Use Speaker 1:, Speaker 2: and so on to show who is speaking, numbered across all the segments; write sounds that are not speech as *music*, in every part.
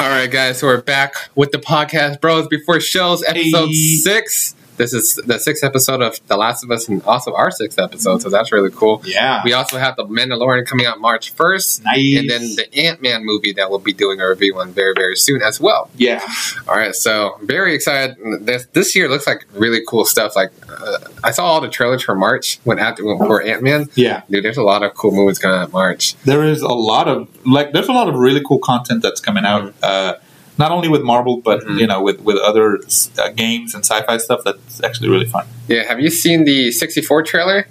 Speaker 1: All right, guys, so we're back with the podcast, Bros Before Shows, episode
Speaker 2: Hey.
Speaker 1: six. This is the sixth episode of The Last of Us, and also our sixth episode, so that's really cool.
Speaker 2: Yeah.
Speaker 1: We also have The Mandalorian coming out March first,
Speaker 2: nice.
Speaker 1: and then the Ant Man movie that we'll be doing a review on very, very soon as well.
Speaker 2: yeah.
Speaker 1: All right, so very excited. This this year looks like really cool stuff. Like uh, I saw all the trailers for March when after for Ant Man.
Speaker 2: Yeah.
Speaker 1: Dude, there's a lot of cool movies coming out in March.
Speaker 2: There is a lot of like there's a lot of really cool content that's coming out.
Speaker 1: Mm-hmm.
Speaker 2: Uh, not only with Marvel, but
Speaker 1: Mhm.
Speaker 2: you know, with with other uh, games and sci-fi stuff. That's actually really fun.
Speaker 1: Yeah, have you seen the 64 trailer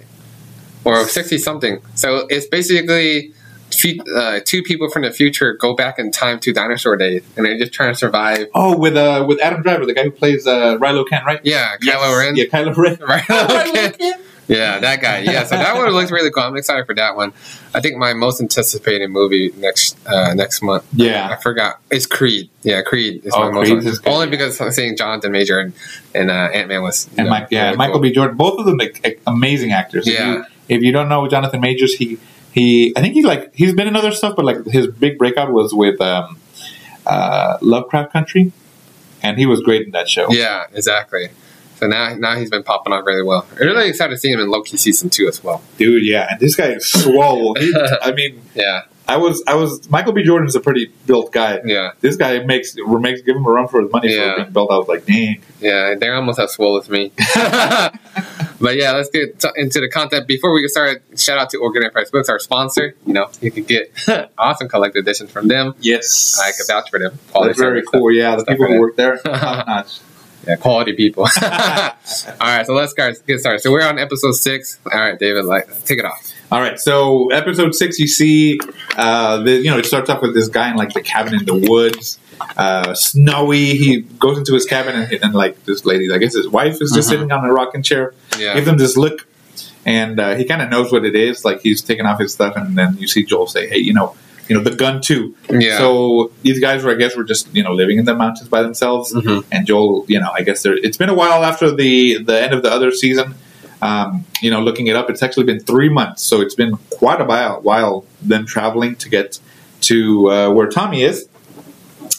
Speaker 1: or 60 something? So it's basically fe- uh, two people from the future go back in time to dinosaur days, and they're just trying to survive.
Speaker 2: Oh, with uh, with Adam Driver, the guy who plays uh, Kylo Ren, right?
Speaker 1: Yeah,
Speaker 2: Yes.
Speaker 1: Kylo Ren.
Speaker 2: Yeah, Kylo Ren.
Speaker 1: *laughs* Right? Okay. Yeah, that guy. Yeah, so that one looks really cool. I'm excited for that one. I think my most anticipated movie next uh, next month.
Speaker 2: Yeah.
Speaker 1: I forgot. It's Creed. Yeah, Creed. Is
Speaker 2: Oh,
Speaker 1: my most-
Speaker 2: Creed is good.
Speaker 1: only because I'm seeing Jonathan Major and, and uh, Ant Man was. you
Speaker 2: And
Speaker 1: know,
Speaker 2: Mike, yeah,
Speaker 1: really
Speaker 2: Michael
Speaker 1: cool.
Speaker 2: B. Jordan. Both of them like, like, amazing actors. If
Speaker 1: Yeah.
Speaker 2: you, if you don't know Jonathan Majors, he he I think he like he's been in other stuff, but like his big breakout was with um, uh, Lovecraft Country, and he was great in that show.
Speaker 1: Yeah, exactly. So now, now he's been popping up really well. I'm really excited to see him in Loki season two as well.
Speaker 2: Dude, yeah, and this guy is swole.
Speaker 1: *laughs*
Speaker 2: He, I mean,
Speaker 1: Yeah,
Speaker 2: I was I was Michael B. Jordan's a pretty built guy.
Speaker 1: yeah,
Speaker 2: This guy makes makes give him a run for his money
Speaker 1: Yeah.
Speaker 2: for being built. I was like, dang.
Speaker 1: yeah. They're almost as swole as
Speaker 2: *laughs*
Speaker 1: me. but yeah, let's get t- into the content. Before we get started, shout out to Organic Price Books, our sponsor. You know, you could
Speaker 2: *laughs*
Speaker 1: get awesome collector editions from them.
Speaker 2: Yes,
Speaker 1: I could vouch for them.
Speaker 2: That's very
Speaker 1: service,
Speaker 2: cool. Yeah, the
Speaker 1: stuff
Speaker 2: people
Speaker 1: in it.
Speaker 2: who
Speaker 1: *laughs*
Speaker 2: work there, top notch.
Speaker 1: Yeah, quality
Speaker 2: *laughs*
Speaker 1: people. *laughs* All right, so let's start, get started. So we're on episode six. All right, David, like, take it off.
Speaker 2: All right, so episode six, you see, uh, the, you know, it starts off with this guy in like the cabin in the woods, uh, snowy. He goes into his cabin and, and like this lady, I guess his wife is just
Speaker 1: Mhm.
Speaker 2: sitting on a rocking chair.
Speaker 1: Yeah.
Speaker 2: Give them this look, and uh, he kind of knows what it is. Like he's taking off his stuff, and then you see Joel say, "Hey, you know, you know, the gun too."
Speaker 1: Yeah.
Speaker 2: So these guys were, I guess, were just you know living in the mountains by themselves.
Speaker 1: Mhm.
Speaker 2: And Joel, you know, I guess there, it's been a while after the the end of the other season. Um, you know, looking it up, it's actually been three months, so it's been quite a while. While them traveling to get to uh, where Tommy is,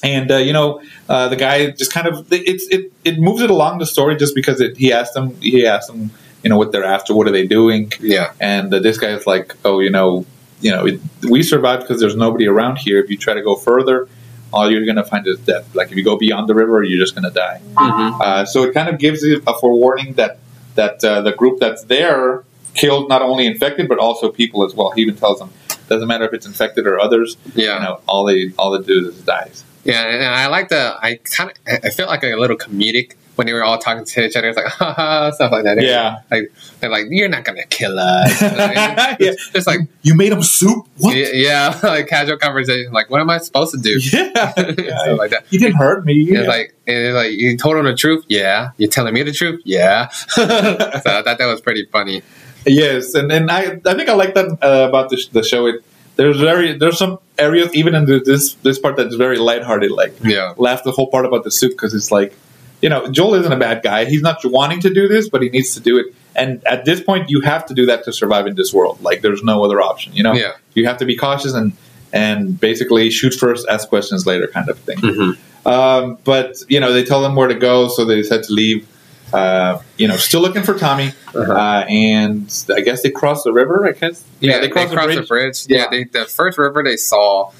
Speaker 2: and uh, you know, uh, the guy just kind of it's it it moves it along the story just because it, he asked them he asked them you know what they're after, what are they doing,
Speaker 1: yeah,
Speaker 2: and uh, this guy is like, oh, you know, you know, it, we survived because there's nobody around here. If you try to go further, all you're gonna find is death. Like if you go beyond the river, you're just gonna die.
Speaker 1: Mhm.
Speaker 2: Uh, so it kind of gives you a forewarning that that uh, the group that's there killed not only infected but also people as well. He even tells them doesn't matter if it's infected or others.
Speaker 1: yeah.
Speaker 2: You know, all they all they do is dies.
Speaker 1: Yeah, and and I like the I kind of I- I felt like a little comedic when they were all talking to each other. It's like *laughs* haha stuff like that.
Speaker 2: *laughs* Yeah.
Speaker 1: like they're like you're not gonna kill
Speaker 2: *laughs*
Speaker 1: us. You know what I mean?
Speaker 2: Yeah.
Speaker 1: It's just like
Speaker 2: You made them soup. What?
Speaker 1: yeah, yeah, *laughs* like casual conversation. Like what am I supposed to do?
Speaker 2: *laughs* Yeah.
Speaker 1: *laughs*
Speaker 2: *laughs*
Speaker 1: stuff like that.
Speaker 2: You didn't hurt me.
Speaker 1: And It's like and it's like you told him the truth. Yeah, you're telling me the truth. Yeah, so
Speaker 2: *laughs*
Speaker 1: I thought that was pretty funny.
Speaker 2: Yes, and, and I I think I like that uh, about the, sh- the show. It there's very there's some areas even in the, this this part that's very lighthearted. Like
Speaker 1: Yeah,
Speaker 2: laugh the whole part about the soup because it's like, you know, Joel isn't a bad guy. He's not wanting to do this, but he needs to do it. And at this point, you have to do that to survive in this world. Like there's no other option. You know,
Speaker 1: Yeah.
Speaker 2: you have to be cautious and and basically shoot first, ask questions later, kind of thing.
Speaker 1: Mhm.
Speaker 2: Um, but you know, they tell them where to go, so they decide to leave. Uh, you know, still looking for Tommy, uh
Speaker 1: Uh-huh.
Speaker 2: and I guess they cross the river. I guess
Speaker 1: yeah, they crossed, the, bridge. Yeah,
Speaker 2: Yeah.
Speaker 1: they, the first river they saw,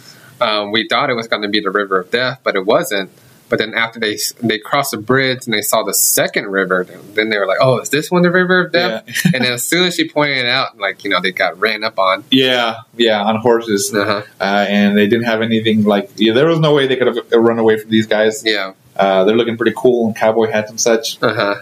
Speaker 1: um, we thought it was going to be the river of death, but it wasn't. But then after they they crossed the bridge and they saw the second river, then they were like, "Oh, is this one the river of death?" and then as soon as she pointed it out, like you know, they got ran up on.
Speaker 2: yeah, yeah, on horses.
Speaker 1: Uh-huh.
Speaker 2: uh, and they didn't have anything like yeah, there was no way they could have run away from these guys.
Speaker 1: Yeah.
Speaker 2: Uh, they're looking pretty cool in cowboy hats and such.
Speaker 1: Uh huh.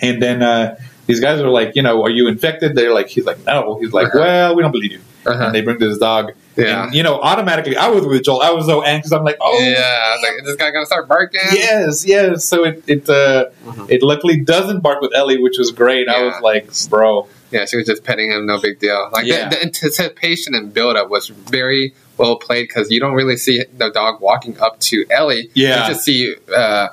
Speaker 2: And then uh, these guys are like, you know, are you infected? They're like, he's like, no. He's like, well, we don't believe you.
Speaker 1: Uh huh.
Speaker 2: And they bring this dog.
Speaker 1: Uh-huh. Yeah.
Speaker 2: And, you know, automatically, I was with Joel. I was so anxious. I'm like, oh,
Speaker 1: yeah. I was like, is this guy gonna start barking?
Speaker 2: yes, yes. So it it uh,
Speaker 1: Mhm.
Speaker 2: it luckily doesn't bark with Ellie, which was great. I
Speaker 1: Yeah.
Speaker 2: was like, bro,
Speaker 1: Yeah, she was just petting him, no big deal. Like
Speaker 2: Yeah.
Speaker 1: the, the anticipation and build up was very well played because you don't really see the dog walking up to Ellie.
Speaker 2: Yeah.
Speaker 1: you just see uh,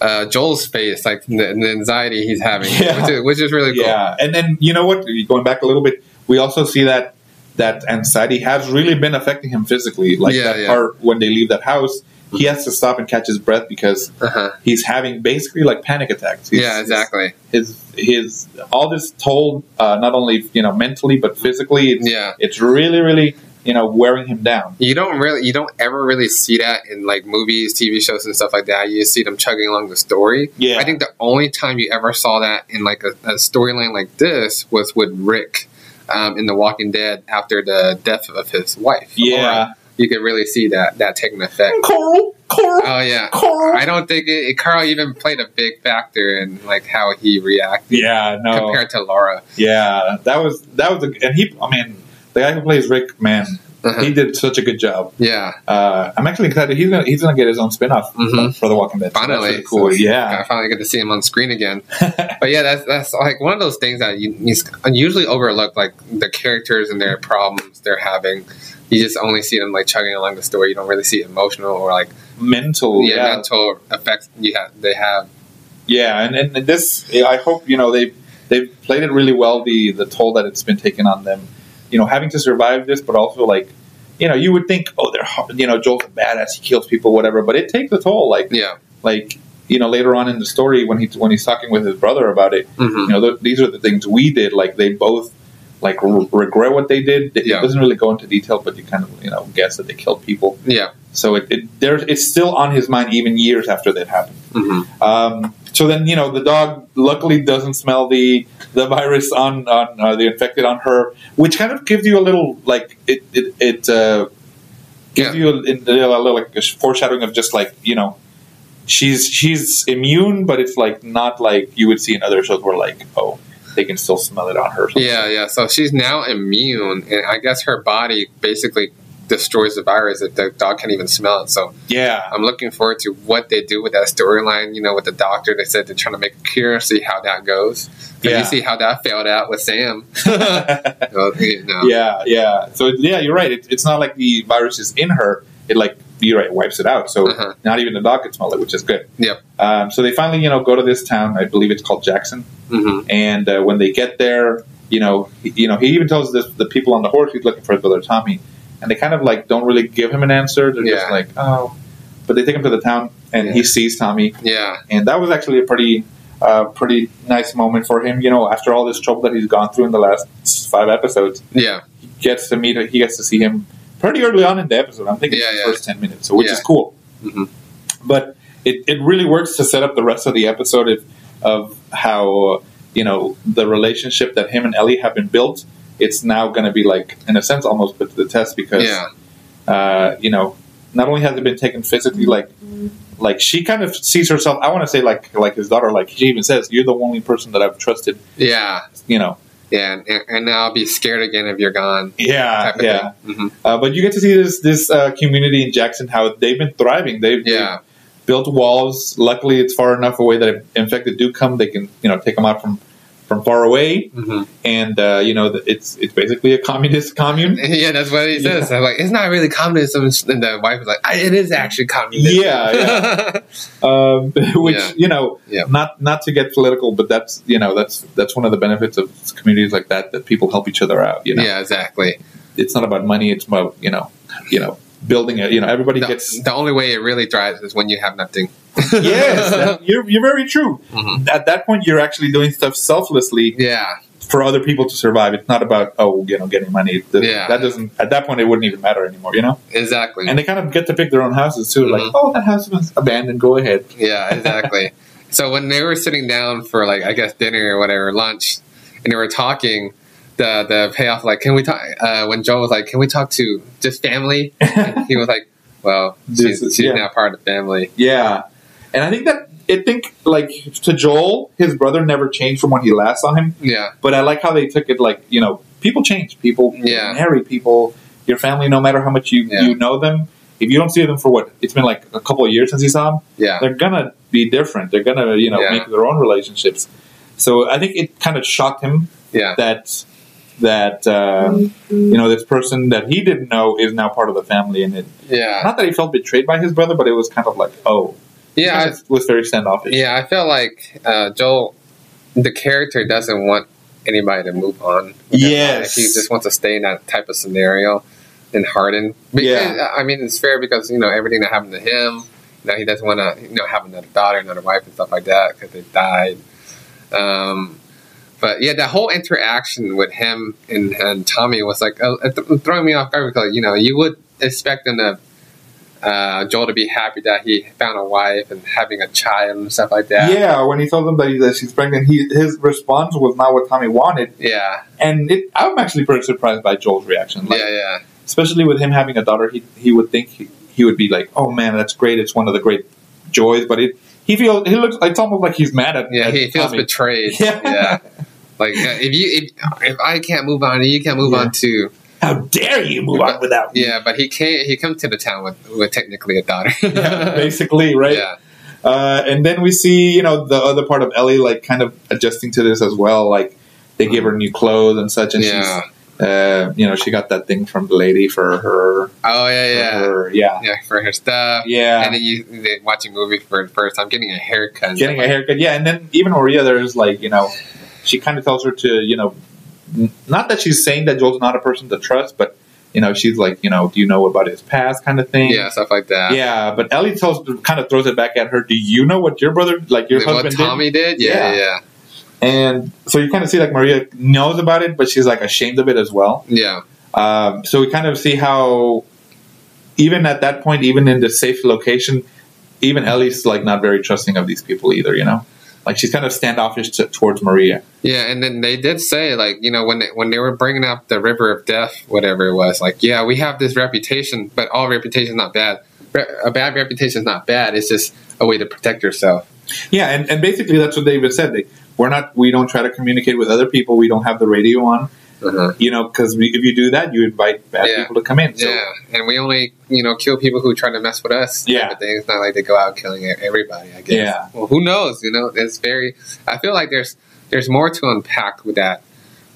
Speaker 1: uh, Joel's face, like the, the anxiety he's having,
Speaker 2: Yeah.
Speaker 1: which, is, which is really cool.
Speaker 2: yeah. And then you know what? Going back a little bit, we also see that that anxiety has really been affecting him physically. Like
Speaker 1: Yeah,
Speaker 2: that
Speaker 1: yeah. Mm-hmm.
Speaker 2: part when they leave that house, He has to stop and catch his breath because
Speaker 1: Uh-huh.
Speaker 2: he's having basically like panic attacks. He's-
Speaker 1: Yeah, exactly.
Speaker 2: His his all this toll, uh, not only you know mentally but physically, it's,
Speaker 1: Yeah.
Speaker 2: it's really really you know wearing him down.
Speaker 1: You don't really, you don't ever really see that in like movies, TV shows, and stuff like that. You just see them chugging along the story.
Speaker 2: Yeah.
Speaker 1: I think the only time you ever saw that in like a, a storyline like this was with Rick um, in The Walking Dead after the death of his wife. Laura.
Speaker 2: Yeah,
Speaker 1: you could really see that that taking effect.
Speaker 2: Coral, Coral,
Speaker 1: Oh yeah,
Speaker 2: Coral.
Speaker 1: I don't think it, Carl even played a big factor in like how he reacted
Speaker 2: yeah, no,
Speaker 1: compared to Laura.
Speaker 2: yeah, that was that was, a, and he, I mean, the guy who plays Rick, man,
Speaker 1: Uh-huh.
Speaker 2: he did such a good job.
Speaker 1: Yeah,
Speaker 2: uh, I'm actually excited. He's gonna he's gonna get his own spin off
Speaker 1: Mhm.
Speaker 2: for The Walking Dead. So that's
Speaker 1: Finally.
Speaker 2: really cool.
Speaker 1: So- I
Speaker 2: yeah,
Speaker 1: finally get to see him on screen again. But yeah, that's that's like one of those things that you, you s- usually overlook, like the characters and their problems they're having. You just only see them like chugging along the story. You don't really see emotional or like
Speaker 2: mental.
Speaker 1: yeah,
Speaker 2: Yeah,
Speaker 1: mental effects you have they have.
Speaker 2: yeah, and and this I hope you know they they've played it really well. The the toll that it's been taken on them, you know, having to survive this, but also like. You know, you would think, oh, they're ho- you know Joel's a badass. He kills people, whatever. But it takes a toll. Like,
Speaker 1: Yeah,
Speaker 2: like you know, later on in the story, when he when he's talking with his brother about it,
Speaker 1: hmm
Speaker 2: you know, th- these are the things we did. Like they both like r- regret what they did. It
Speaker 1: Yeah.
Speaker 2: doesn't really go into detail, but you kind of you know guess that they killed people.
Speaker 1: yeah,
Speaker 2: So it, it there it's still on his mind even years after that happened.
Speaker 1: hmm
Speaker 2: Um, so then you know the dog luckily doesn't smell the the virus on on uh, the infected on her, which kind of gives you a little like it it, it uh, gives
Speaker 1: Yeah.
Speaker 2: you a, a little, a little like a foreshadowing of just like you know. She's she's immune, but it's like not like you would see in other shows where like oh they can still smell it on her.
Speaker 1: yeah, yeah. So she's now immune, and I guess her body basically destroys the virus if the dog can't even smell it. So
Speaker 2: yeah,
Speaker 1: I'm looking forward to what they do with that storyline. You know, with the doctor, they said they're trying to make a cure. See how that goes. 'Cause
Speaker 2: Yeah.
Speaker 1: You see how that failed out with Sam.
Speaker 2: *laughs*
Speaker 1: Well, you know.
Speaker 2: yeah, yeah. So it- yeah, you're right. It, it's not like the virus is in her. It like you're right, wipes it out. So
Speaker 1: Uh-huh.
Speaker 2: not even the dog could smell it, which is good.
Speaker 1: Yep.
Speaker 2: Um, so they finally, you know, go to this town. I believe it's called Jackson.
Speaker 1: Mhm.
Speaker 2: And uh, when they get there, you know, he, you know, he even tells this, the people on the horse he's looking for his brother Tommy, and they kind of like don't really give him an answer. They're just
Speaker 1: Yeah.
Speaker 2: like, oh. But they take him to the town, and he
Speaker 1: Yeah.
Speaker 2: sees Tommy,
Speaker 1: Yeah.
Speaker 2: and that was actually a pretty, uh, pretty nice moment for him. You know, after all this trouble that he's gone through in the last five episodes
Speaker 1: Yeah.
Speaker 2: gets to meet. He gets to see him pretty early on in the episode. I'm thinking
Speaker 1: Yeah,
Speaker 2: it's the
Speaker 1: yeah.
Speaker 2: first ten minutes, so which
Speaker 1: Yeah.
Speaker 2: is cool.
Speaker 1: Mhm.
Speaker 2: But it, it really works to set up the rest of the episode if, of how uh, you know the relationship that him and Ellie have been built. It's now going to be like, in a sense, almost put to the test because
Speaker 1: Yeah.
Speaker 2: uh, you know, not only has it been taken physically, like like she kind of sees herself. I want to say like like his daughter, like she even says, "You're the only person that I've trusted."
Speaker 1: Yeah.
Speaker 2: You know,
Speaker 1: Yeah. And, and now I'll be scared again if you're gone.
Speaker 2: yeah,
Speaker 1: Type of
Speaker 2: yeah.
Speaker 1: Thing. Mhm.
Speaker 2: Uh, but you get to see this this uh, community in Jackson how they've been thriving. They've,
Speaker 1: Yeah.
Speaker 2: they've built walls. Luckily, it's far enough away that if infected do come, they can you know take them out from from far away.
Speaker 1: Mhm.
Speaker 2: And uh, you know th- it's it's basically a communist commune. *laughs*
Speaker 1: Yeah, that's what he
Speaker 2: Yeah.
Speaker 1: says. I'm like, it's not really communism. And the wife is like, I, it is actually communism. *laughs*
Speaker 2: Yeah, yeah. Um, *laughs* which
Speaker 1: Yeah.
Speaker 2: you know
Speaker 1: Yeah.
Speaker 2: not not to get political, but that's you know that's that's one of the benefits of communities like that that people help each other out. You know,
Speaker 1: yeah, exactly.
Speaker 2: it's not about money; it's about you know you know building it. You know, everybody
Speaker 1: The,
Speaker 2: gets *laughs*
Speaker 1: the only way it really thrives is when you have nothing.
Speaker 2: yes, that- you're, you're very true.
Speaker 1: Mhm.
Speaker 2: At that point, you're actually doing stuff selflessly
Speaker 1: Yeah.
Speaker 2: for other people to survive. It's not about oh, you know, getting money. That,
Speaker 1: Yeah.
Speaker 2: that doesn't. At that point, it wouldn't even matter anymore. You know,
Speaker 1: Exactly.
Speaker 2: and they kind of get to pick their own houses too. Like,
Speaker 1: Mhm.
Speaker 2: oh, that house was abandoned. Go ahead. *laughs*
Speaker 1: Yeah, exactly. so when they were sitting down for like I guess dinner or whatever lunch, and they were talking, the the payoff like can we talk? Uh, when Joel was like, can we talk to just family? And he was like, well, she's,
Speaker 2: This is-
Speaker 1: she's
Speaker 2: yeah.
Speaker 1: now part of the family.
Speaker 2: Yeah, and I think that I think like to Joel, his brother never changed from when he last saw him.
Speaker 1: Yeah,
Speaker 2: But I like how they took it. Like, you know, people change. People
Speaker 1: Yeah.
Speaker 2: marry. People, your family, no matter how much you
Speaker 1: Yeah.
Speaker 2: you know them. If you don't see them for what it's been like a couple of years since you saw them,
Speaker 1: yeah,
Speaker 2: they're gonna be different. They're gonna, you know,
Speaker 1: Yeah.
Speaker 2: make their own relationships. So I think it kind of shocked him
Speaker 1: yeah,
Speaker 2: that that um, you know this person that he didn't know is now part of the family, and it
Speaker 1: yeah,
Speaker 2: not that he felt betrayed by his brother, but it was kind of like, oh,
Speaker 1: yeah. I-
Speaker 2: it was very standoffish.
Speaker 1: Yeah, I feel like uh, Joel, the character doesn't want anybody to move on. with their
Speaker 2: Yes.
Speaker 1: life. he just wants to stay in that type of scenario and harden. Because,
Speaker 2: Yeah.
Speaker 1: I mean, it's fair because you know everything that happened to him, Now he doesn't want to, you know, have another daughter, another wife, and stuff like that because they died. Um, but yeah, that whole interaction with him and, and Tommy was like uh, th- throwing me off guard because you know you would expect him to uh, Joel to be happy that he found a wife and having a child and stuff like that.
Speaker 2: Yeah, when he told them that, he, that she's pregnant, he, his response was not what Tommy wanted,
Speaker 1: Yeah,
Speaker 2: and it, I'm actually pretty surprised by Joel's reaction. Like,
Speaker 1: yeah, yeah,
Speaker 2: especially with him having a daughter, he he would think he, he would be like, "Oh man, that's great! It's one of the great joys." But it, he feels he looks. It's almost like he's mad at.
Speaker 1: yeah.
Speaker 2: at
Speaker 1: He feels
Speaker 2: Tommy.
Speaker 1: betrayed.
Speaker 2: *laughs* Yeah.
Speaker 1: Yeah. like uh, if you if, if I can't move on, you can't move
Speaker 2: Yeah.
Speaker 1: on too.
Speaker 2: How dare you move on without? me?
Speaker 1: Yeah, but he can't. He comes to the town with, with technically a daughter.
Speaker 2: *laughs*
Speaker 1: *laughs*
Speaker 2: Yeah, basically, right?
Speaker 1: Yeah,
Speaker 2: Uh, and then we see, you know, the other part of Ellie like kind of adjusting to this as well. Like they give her new clothes and such, and
Speaker 1: yeah.
Speaker 2: she's, uh, you know, she got that thing from the lady for her,
Speaker 1: Oh yeah,
Speaker 2: for
Speaker 1: yeah,
Speaker 2: her- yeah,
Speaker 1: yeah. For her stuff.
Speaker 2: yeah.
Speaker 1: And then you they watch a movie for the first time, getting a haircut. and
Speaker 2: getting
Speaker 1: stuff
Speaker 2: a haircut. Yeah, and then even Maria, there's like you know, she kind of tells her to you know, n- not that she's saying that Joel's not a person to trust, but you know, she's like you know, do you know about his past kind of
Speaker 1: like-
Speaker 2: thing.
Speaker 1: Yeah, stuff like that.
Speaker 2: yeah. But Ellie tells kind of throws it back at her. Do you know what your brother like your
Speaker 1: what
Speaker 2: husband did?
Speaker 1: Tommy did? Yeah,
Speaker 2: Yeah.
Speaker 1: yeah,
Speaker 2: And so you kind of see like Maria knows about it, but she's like ashamed of it as well.
Speaker 1: yeah,
Speaker 2: Um, so we kind of see how even at that point, even in the safe location, even Ellie's like not very trusting of these people either. You know, like she's kind of standoffish t- towards Maria.
Speaker 1: yeah. And then they did say, like, you know, when they, when they were bringing up the River of Death, whatever it was, like, yeah, we have this reputation, but all reputation is not bad. Re- a bad reputation is not bad. It's just a way to protect yourself.
Speaker 2: Yeah, and, and basically that's what David said. They, we're not we don't try to communicate with other people. We don't have the radio on,
Speaker 1: Uh-huh.
Speaker 2: you know, because if you do that, you invite bad
Speaker 1: Yeah.
Speaker 2: people to come in. So,
Speaker 1: Yeah, and we only you know kill people who try to mess with us.
Speaker 2: Yeah.
Speaker 1: but it's not like they go out killing e- everybody. I guess.
Speaker 2: Yeah.
Speaker 1: Well, who knows? You know, it's very. I feel like there's there's more to unpack with that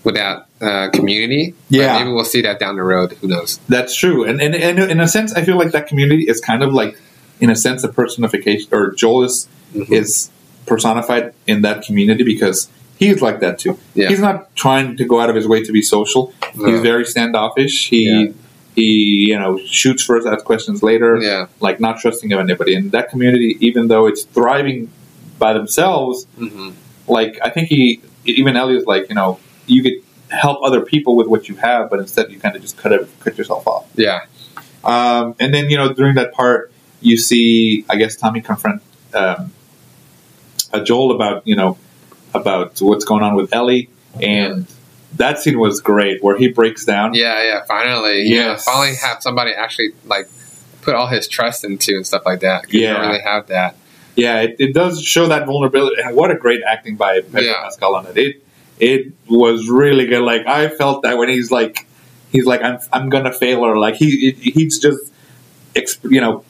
Speaker 1: with that uh, community. But
Speaker 2: Yeah.
Speaker 1: maybe we'll see that down the road. Who knows?
Speaker 2: that's true. And, and and in a sense, I feel like that community is kind of like, in a sense, a personification or Joel is is personified in that community because he's like that too.
Speaker 1: Yeah.
Speaker 2: He's not trying to go out of his way to be social. He's
Speaker 1: No.
Speaker 2: very standoffish. He
Speaker 1: Yeah.
Speaker 2: he you know shoots first, asks questions later.
Speaker 1: Yeah.
Speaker 2: like not trusting of anybody. And that community, even though it's thriving by themselves,
Speaker 1: hmm
Speaker 2: like I think he, even Ellie was like, you know, you could help other people with what you have, but instead you kind of just cut it, cut yourself off.
Speaker 1: Yeah.
Speaker 2: Um, and then you know during that part, you see, I guess Tommy confront um, uh, Joel about you know about what's going on with Ellie, and that scene was great where he breaks down.
Speaker 1: Yeah. Yeah. Finally. you know,
Speaker 2: Yes.
Speaker 1: finally, have somebody actually like put all his trust into and stuff like that. 'cause you
Speaker 2: Yeah.
Speaker 1: Don't really have that.
Speaker 2: yeah, it, it does show that vulnerability. And what a great acting by Pedro
Speaker 1: Yeah.
Speaker 2: Pascal on it. It it was really good. Like I felt that when he's like he's like I'm I'm gonna fail her. Like he he- he's just exp- you know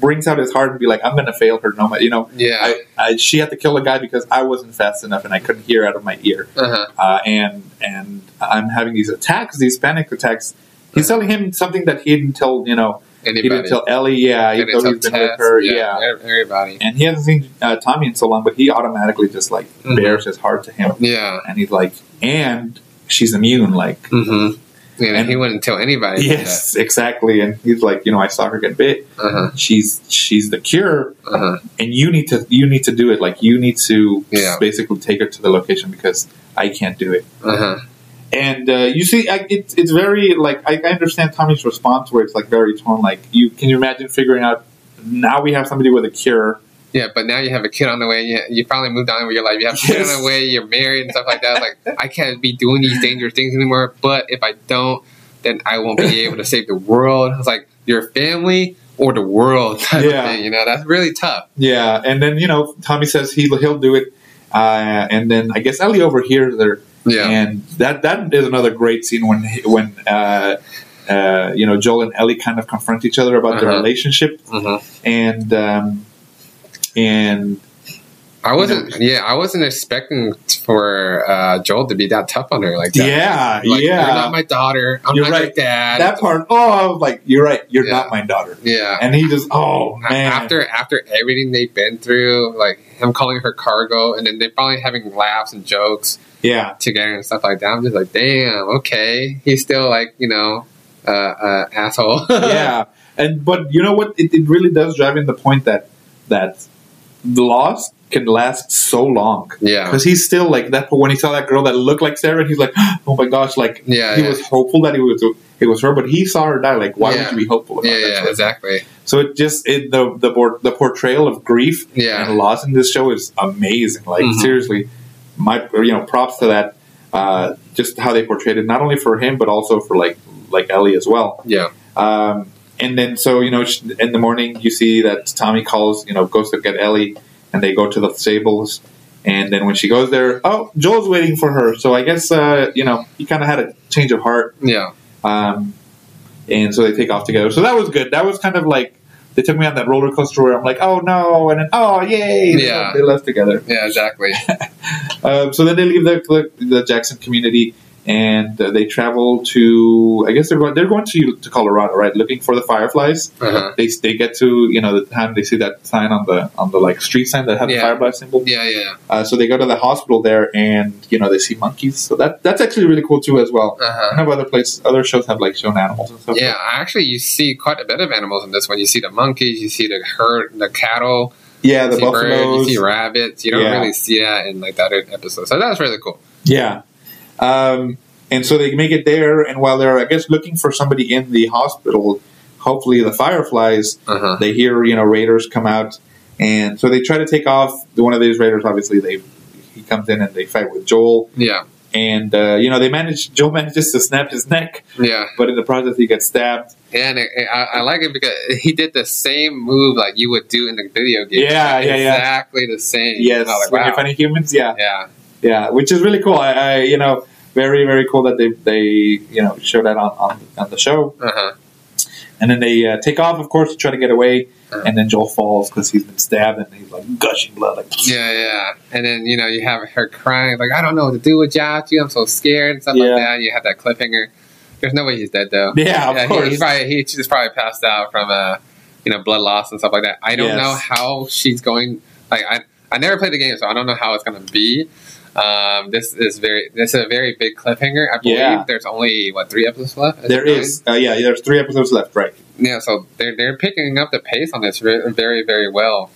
Speaker 2: brings out his heart and be like I'm gonna fail her. No matter you know
Speaker 1: Yeah.
Speaker 2: I, I she had to kill a guy because I wasn't fast enough and I couldn't hear out of my ear
Speaker 1: uh-huh.
Speaker 2: uh, and and I'm having these attacks, these panic attacks. He's telling him something that he didn't tell you know he didn't
Speaker 1: Anybody.
Speaker 2: tell Ellie. Yeah,
Speaker 1: They
Speaker 2: even
Speaker 1: didn't
Speaker 2: though
Speaker 1: tell
Speaker 2: he's been
Speaker 1: Tess,
Speaker 2: with her. yeah
Speaker 1: ev- Everybody.
Speaker 2: and he hasn't seen uh, Tommy in so long, but he automatically just like
Speaker 1: Mhm.
Speaker 2: bears his heart to him,
Speaker 1: Yeah.
Speaker 2: and he's like, and she's immune, like
Speaker 1: Mm-hmm. And,
Speaker 2: And-
Speaker 1: he wouldn't tell anybody.
Speaker 2: yes, exactly, and he's like, you know, I saw her get bit.
Speaker 1: That. Uh-huh.
Speaker 2: She's she's the cure,
Speaker 1: Uh-huh.
Speaker 2: and you need to you need to do it. Like you need to
Speaker 1: Yeah.
Speaker 2: basically take her to the location because I can't do it.
Speaker 1: Uh-huh.
Speaker 2: And uh, you see, I, it's it's very like I, I understand Tommy's response where it's like very torn. Like you can you imagine figuring out now we have somebody with a cure.
Speaker 1: Yeah, but now you have a kid on the way. You, you finally moved on with your life. You have a kid on
Speaker 2: Yes.
Speaker 1: the way. You're married and stuff like that. Like, I can't be doing these dangerous things anymore. But if I don't, then I won't be able to save the world. It's like your family or the world. *laughs* Type
Speaker 2: Yeah.
Speaker 1: of thing, you know, that's really tough.
Speaker 2: Yeah, and then you know Tommy says he he'll do it, uh, and then I guess Ellie overhears her,
Speaker 1: Yeah.
Speaker 2: and that that is another great scene when he- when uh, uh, you know Joel and Ellie kind of confront each other about their
Speaker 1: Uh-huh.
Speaker 2: relationship,
Speaker 1: Mhm.
Speaker 2: and um, and
Speaker 1: I wasn't. Yeah, I wasn't expecting for uh, Joel to be that tough on her like that.
Speaker 2: yeah,
Speaker 1: Like,
Speaker 2: yeah,
Speaker 1: You're not my daughter. I'm
Speaker 2: You're
Speaker 1: not your
Speaker 2: right.
Speaker 1: dad.
Speaker 2: that part. Oh, I was like, you're right, you're
Speaker 1: Yeah.
Speaker 2: not my daughter,
Speaker 1: yeah.
Speaker 2: and he just oh
Speaker 1: A-
Speaker 2: man,
Speaker 1: After after everything they've been through, like him calling her cargo, and then they're probably having laughs and jokes *laughs*
Speaker 2: yeah,
Speaker 1: together and stuff like that. I'm just like, damn, okay, he's still like you know, uh, uh, asshole. *laughs*
Speaker 2: yeah, and but you know what? It, it really does drive in the point that that the loss can last so long.
Speaker 1: Yeah.
Speaker 2: Because he's still like that. But when he saw that girl that looked like Sarah, he's like, *gasps* "Oh my gosh!" Like
Speaker 1: Yeah,
Speaker 2: he
Speaker 1: yeah.
Speaker 2: was hopeful that he was it was her, but he saw her die. Like, why
Speaker 1: Yeah.
Speaker 2: would you be hopeful? About
Speaker 1: Yeah,
Speaker 2: that
Speaker 1: yeah,
Speaker 2: sort of
Speaker 1: exactly.
Speaker 2: so it just it the the por- the portrayal of grief
Speaker 1: Yeah.
Speaker 2: and loss in this show is amazing. Like
Speaker 1: Mhm.
Speaker 2: seriously, my you know props to that. Uh, just how they portrayed it, not only for him but also for like like Ellie as well.
Speaker 1: Yeah.
Speaker 2: Um, and then so you know sh- in the morning you see that Tommy calls you know goes to get Ellie and they go to the stables. And then when she goes there, oh, Joel's waiting for her. So I guess uh, you know he kind of had a change of heart
Speaker 1: Yeah.
Speaker 2: um, and so they take off together. So that was good. That was kind of like they took me on that roller coaster where I'm like, oh no, and then oh yay, and
Speaker 1: Yeah.
Speaker 2: they left together.
Speaker 1: Yeah, exactly.
Speaker 2: Um, so then they leave the, the, the Jackson community and uh, they travel to. I guess they're going. They're going to to Colorado, right? Looking for the fireflies.
Speaker 1: Uh-huh.
Speaker 2: They they get to you know the time they see that sign on the on the like street sign that had the
Speaker 1: Yeah.
Speaker 2: firefly symbol.
Speaker 1: Yeah, yeah.
Speaker 2: Uh, so they go to the hospital there and you know they see monkeys. So that that's actually really cool too as well. I
Speaker 1: Uh-huh.
Speaker 2: know other places, other shows have like shown animals and stuff.
Speaker 1: Yeah, actually, you see quite a bit of animals in this one. You see the monkeys, you see the herd, the cattle,
Speaker 2: Yeah, the
Speaker 1: you see
Speaker 2: buffaloes.
Speaker 1: birds, you see rabbits. You don't
Speaker 2: Yeah.
Speaker 1: really see that in like that episode. So that's really cool.
Speaker 2: yeah. Um, and so they make it there, and while they're, I guess, looking for somebody in the hospital, hopefully the fireflies,
Speaker 1: Uh-huh.
Speaker 2: they hear, you know, raiders come out, and so they try to take off one of these raiders. Obviously, they he comes in and they fight with Joel,
Speaker 1: Yeah,
Speaker 2: and uh, you know they manage. Joel *laughs* manages to snap his neck,
Speaker 1: yeah.
Speaker 2: but in the process he gets stabbed.
Speaker 1: Yeah, and it, it- I, I like it because he did the same move like you would do in the video game.
Speaker 2: Yeah,
Speaker 1: Like,
Speaker 2: yeah, yeah.
Speaker 1: exactly the same.
Speaker 2: Yes,
Speaker 1: I was
Speaker 2: when
Speaker 1: like,
Speaker 2: you're
Speaker 1: wow.
Speaker 2: fighting humans, yeah,
Speaker 1: Yeah,
Speaker 2: yeah, which is really cool. I, I you know, very very cool that they they you know show that on on, on the show.
Speaker 1: uh-huh.
Speaker 2: And then they uh, take off, of course, to try to get away.
Speaker 1: Uh-huh.
Speaker 2: And then Joel falls because he's been stabbed and he's like gushing blood. Like,
Speaker 1: yeah, yeah. And then you know you have her crying like I don't know what to do without you. I'm so scared and stuff
Speaker 2: Yeah.
Speaker 1: like that. You have that cliffhanger. There's no way he's dead though.
Speaker 2: Yeah, *laughs* of
Speaker 1: he-
Speaker 2: course.
Speaker 1: He, probably he just probably passed out from uh you know blood loss and stuff like that. I don't
Speaker 2: Yes.
Speaker 1: know how she's going. Like I I never played the game, so I don't know how it's gonna be. Um, this is very this is a very big cliffhanger. I believe
Speaker 2: Yeah.
Speaker 1: there's only what three episodes left.
Speaker 2: there
Speaker 1: it
Speaker 2: is, uh, yeah, there's three episodes left, right?
Speaker 1: yeah, so they're they're picking up the pace on this re- very very well.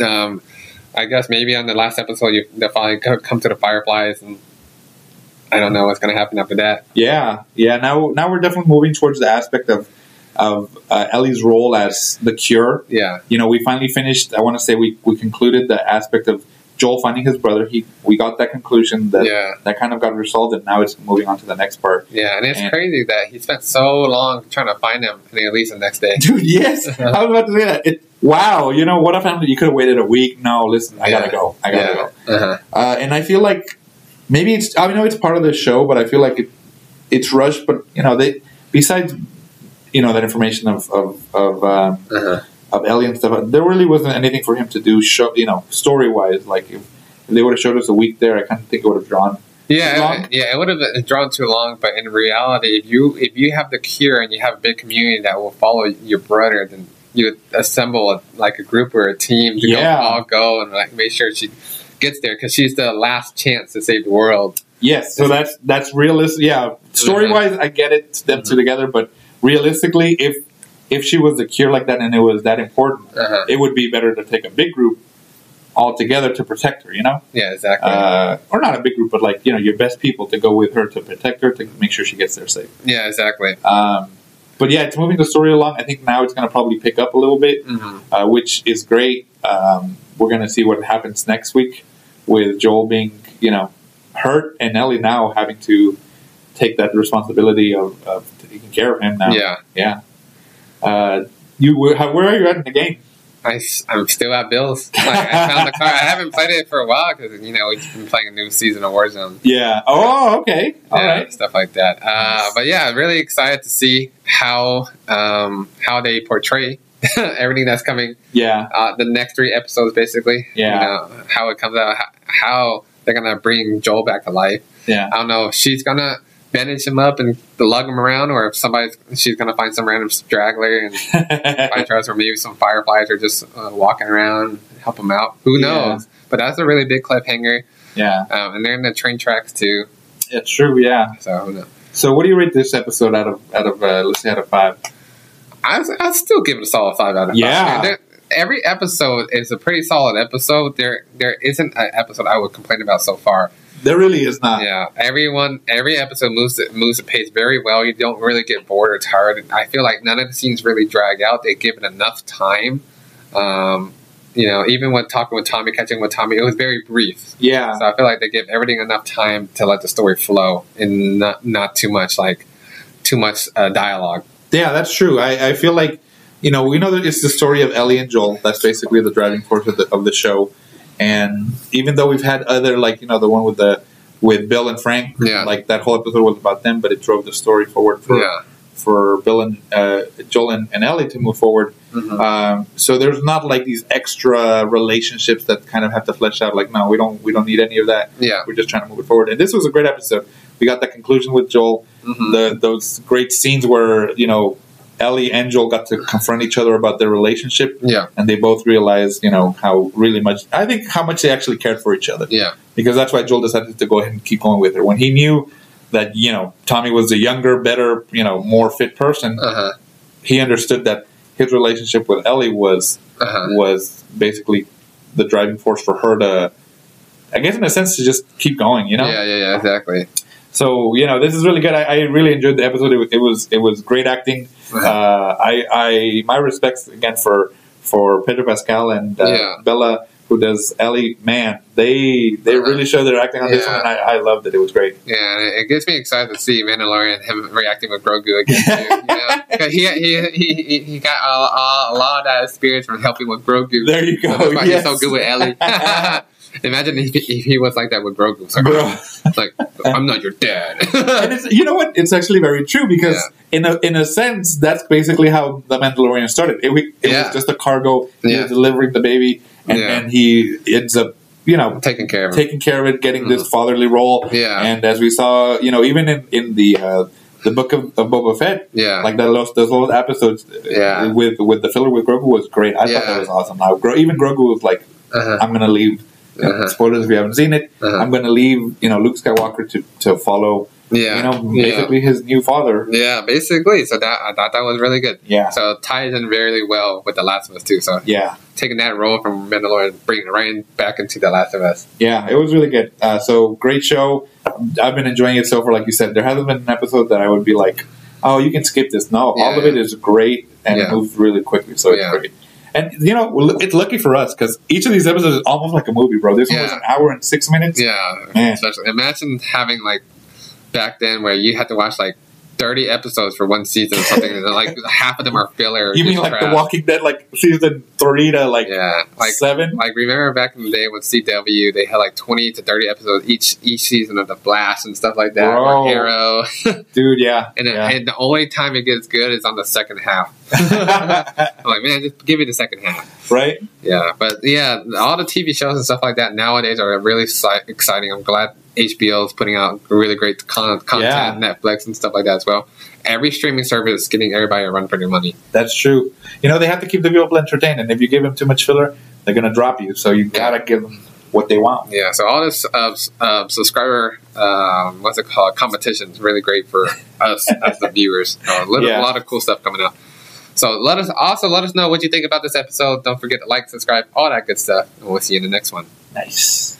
Speaker 1: Um, I guess maybe on the last episode you they finally co- come to the fireflies, and I don't know what's going to happen after that.
Speaker 2: Yeah, yeah. Now, now we're definitely moving towards the aspect of of uh, Ellie's role as the cure.
Speaker 1: Yeah,
Speaker 2: You know, we finally finished. I want to say we we concluded the aspect of Joel finding his brother. He we got that conclusion that
Speaker 1: yeah,
Speaker 2: that kind of got resolved, and now it's moving on to the next part.
Speaker 1: yeah, and it's
Speaker 2: And-
Speaker 1: crazy that he spent so long trying to find him, and at least the next day.
Speaker 2: *laughs* Dude, yes, I was about to say that. It, wow, you know what a family. You could have waited a week. No, listen, I gotta
Speaker 1: Yeah.
Speaker 2: go. I gotta go.
Speaker 1: Yeah, uh-huh.
Speaker 2: Uh, and I feel like maybe it's I know it's part of the show, but I feel like it, it's rushed. But you know, they besides you know that information of of of, um,
Speaker 1: Uh-huh.
Speaker 2: of Ellie and stuff, uh, there really wasn't anything for him to do. Show you know story wise, like if, if they would have showed us a week there, I kind of think it would have drawn.
Speaker 1: yeah,
Speaker 2: Long?
Speaker 1: it, yeah. It would have been drawn too long, but in reality, if you if you have the cure and you have a big community that will follow your brother, then you assemble a, like a group or a team to
Speaker 2: Yeah.
Speaker 1: go, all go and like make sure she gets there because she's the last chance to save the world.
Speaker 2: Yes, so that's that's realistic. Yeah, story wise, I get it them two together, but realistically, if if she was the cure like that and it was that important,
Speaker 1: Uh-huh.
Speaker 2: it would be better to take a big group all together to protect her. You know.
Speaker 1: Yeah, exactly.
Speaker 2: uh, or not a big group, but like you know your best people to go with her to protect her to make sure she gets there safe.
Speaker 1: yeah, exactly.
Speaker 2: Um, but yeah, it's moving the story along. I think now it's going to probably pick up a little bit,
Speaker 1: hmm
Speaker 2: uh, which is great. Um, we're going to see what happens next week with Joel being you know hurt and Ellie now having to take that responsibility of, of taking care of him now.
Speaker 1: Yeah,
Speaker 2: yeah. Uh, you where where are you at in the game?
Speaker 1: I, am still at Bills. Like, I found the car. I haven't played it for a while because you know we've been playing a new season of Warzone.
Speaker 2: Yeah. Oh, okay. All
Speaker 1: yeah,
Speaker 2: right.
Speaker 1: stuff like that. Uh,
Speaker 2: Nice.
Speaker 1: but yeah, really excited to see how um, how they portray *laughs* everything that's coming.
Speaker 2: Yeah. *laughs*
Speaker 1: Uh, the next three episodes, basically,
Speaker 2: Yeah.
Speaker 1: you know, how it comes out, how, how they're gonna bring Joel back to life.
Speaker 2: Yeah.
Speaker 1: I don't know if she's gonna bandage him up and lug him around, or if somebody's she's gonna find some random straggler
Speaker 2: *laughs*
Speaker 1: and find trust, or maybe some fireflies are just uh, walking around help him out. Who
Speaker 2: Yeah.
Speaker 1: knows? But that's a really big cliffhanger,
Speaker 2: yeah.
Speaker 1: um, and they're in the train tracks too.
Speaker 2: It's true. Yeah.
Speaker 1: So who knows?
Speaker 2: So, what do you rate this episode out of out of uh, let's say out of five?
Speaker 1: I, I'd still give it a solid five out of five.
Speaker 2: Yeah.
Speaker 1: There- every episode is a pretty solid episode. There there isn't an episode I would complain about so far.
Speaker 2: There really is not.
Speaker 1: Yeah, everyone every episode moves the, moves the pace very well. You don't really get bored or tired. I feel like none of the scenes really drag out. They give it enough time. Um, you know, even when talking with Tommy, catching with Tommy, it was very brief.
Speaker 2: Yeah.
Speaker 1: So I feel like they give everything enough time to let the story flow and not not too much like too much uh, dialogue.
Speaker 2: Yeah, that's true. I, I feel like you know we know that it's the story of Ellie and Joel. That's basically the driving force of the, of the show. And even though we've had other like you know the one with the with Bill and Frank,
Speaker 1: Yeah.
Speaker 2: like that whole episode was about them, but it drove the story forward for
Speaker 1: Yeah.
Speaker 2: for Bill and uh, Joel and, and Ellie to move forward.
Speaker 1: Mhm.
Speaker 2: Um, so there's not like these extra relationships that kind of have to flesh out. Like no, we don't we don't need any of that.
Speaker 1: Yeah.
Speaker 2: We're just trying to move it forward. And this was a great episode. We got that conclusion with Joel
Speaker 1: Mhm.
Speaker 2: the those great scenes where you know Ellie and Joel got to confront each other about their relationship,
Speaker 1: Yeah.
Speaker 2: and they both realized you know how really much I think how much they actually cared for each other
Speaker 1: Yeah.
Speaker 2: because that's why Joel decided to go ahead and keep going with her when he knew that you know Tommy was a younger, better, you know, more fit person.
Speaker 1: Uh huh.
Speaker 2: He understood that his relationship with Ellie was
Speaker 1: Uh huh.
Speaker 2: was basically the driving force for her to. I guess in a sense to just keep going, you know.
Speaker 1: Yeah. Yeah. Yeah. Exactly.
Speaker 2: So you know, this is really good. I, I really enjoyed the episode. It, wa- it was it was great acting. Uh, I, I my respects again for for Pedro Pascal and uh,
Speaker 1: Yeah.
Speaker 2: Bella who does Ellie. Man, they they
Speaker 1: Uh-huh.
Speaker 2: really show their acting on this
Speaker 1: Yeah.
Speaker 2: one. And I, I loved it. It was great.
Speaker 1: Yeah, and it it gets me excited to see Mandalorian him reacting with Grogu again. Too, you know?
Speaker 2: *laughs*
Speaker 1: 'Cause he, he, he, he, he got a, a, a lot of that experience from helping with Grogu.
Speaker 2: There you
Speaker 1: So
Speaker 2: go.
Speaker 1: that's why
Speaker 2: yes.
Speaker 1: he's so good with Ellie. Imagine if, if he was like that with Grogu. It's like,
Speaker 2: *laughs* Bro.
Speaker 1: it's like, I'm not your dad.
Speaker 2: *laughs* and
Speaker 1: *laughs*
Speaker 2: it's, you know what? It's actually very true because in a in a sense, that's basically how the Mandalorian started. It, we- it
Speaker 1: Yeah.
Speaker 2: was just a cargo. He
Speaker 1: Yeah.
Speaker 2: was delivering the baby, and
Speaker 1: Yeah.
Speaker 2: then he ends up you know
Speaker 1: Taking care of him.
Speaker 2: taking care of it, getting this fatherly role.
Speaker 1: Mm-hmm. Yeah.
Speaker 2: And as we saw, you know, even in, in the uh, the book of, of Boba Fett,
Speaker 1: Yeah.
Speaker 2: like that those, those old episodes uh,
Speaker 1: Yeah.
Speaker 2: with with the filler with Grogu was great. I thought
Speaker 1: Yeah.
Speaker 2: that was awesome. Now, Gro- even Grogu was like,
Speaker 1: uh-huh.
Speaker 2: I'm going to leave. you know,
Speaker 1: Uh-huh.
Speaker 2: Spoilers if you haven't seen it.
Speaker 1: Uh-huh.
Speaker 2: I'm going to leave, you know, Luke Skywalker to, to follow,
Speaker 1: Yeah.
Speaker 2: *laughs* you know,
Speaker 1: yeah.
Speaker 2: basically his new father.
Speaker 1: Yeah, basically. So that I thought that was really good.
Speaker 2: Yeah.
Speaker 1: So it ties in very well with The Last of Us too. So
Speaker 2: Yeah.
Speaker 1: taking that role from Mandalorian, bringing it right in- back into The Last of Us.
Speaker 2: Yeah, it was really good. Uh, so great show. I've been enjoying it so far. Like you said, there hasn't been an episode that I would be like, "Oh, you can skip this." No,
Speaker 1: Yeah,
Speaker 2: all of
Speaker 1: yeah.
Speaker 2: it is great and
Speaker 1: Yeah.
Speaker 2: it moves really quickly. So
Speaker 1: Yeah.
Speaker 2: it's great. And you know, well, it's lucky for us because each of these episodes is almost like a movie, bro. This one was
Speaker 1: Yeah.
Speaker 2: an hour and six minutes.
Speaker 1: Yeah,
Speaker 2: Man.
Speaker 1: especially imagine having like back then where you had to watch like thirty episodes for one season or something, and then, like *laughs* half of them are filler.
Speaker 2: You mean
Speaker 1: just
Speaker 2: like
Speaker 1: crap.
Speaker 2: The Walking Dead, like season three to like
Speaker 1: Yeah, like
Speaker 2: seven?
Speaker 1: like remember back in the day with CW, they had like twenty to thirty episodes each each season of the Blast and stuff like that,
Speaker 2: Bro.
Speaker 1: or Arrow, and
Speaker 2: Dude, yeah.
Speaker 1: then-
Speaker 2: yeah.
Speaker 1: and the only time it gets good is on the second half. *laughs* I'm like, man, just give me the second half.
Speaker 2: *laughs* right?
Speaker 1: Yeah, but yeah, all the TV shows and stuff like that nowadays are really si- exciting. I'm glad HBO is putting out really great con- content, Netflix and stuff like that as well. Every streaming service is getting everybody a run for their money.
Speaker 2: That's true. You know, they have to keep the people entertained, and if you give them too much filler, they're gonna drop you. So you gotta give them what they want.
Speaker 1: Yeah, so all this uh, s- uh, subscriber, um, what's it called, competition is really great for us as the viewers. So a, little,
Speaker 2: Yeah.
Speaker 1: a lot of cool stuff coming out. So let us also let us know what you think about this episode. Don't forget to like, subscribe, all that good stuff, and we'll see you in the next one.
Speaker 2: Nice.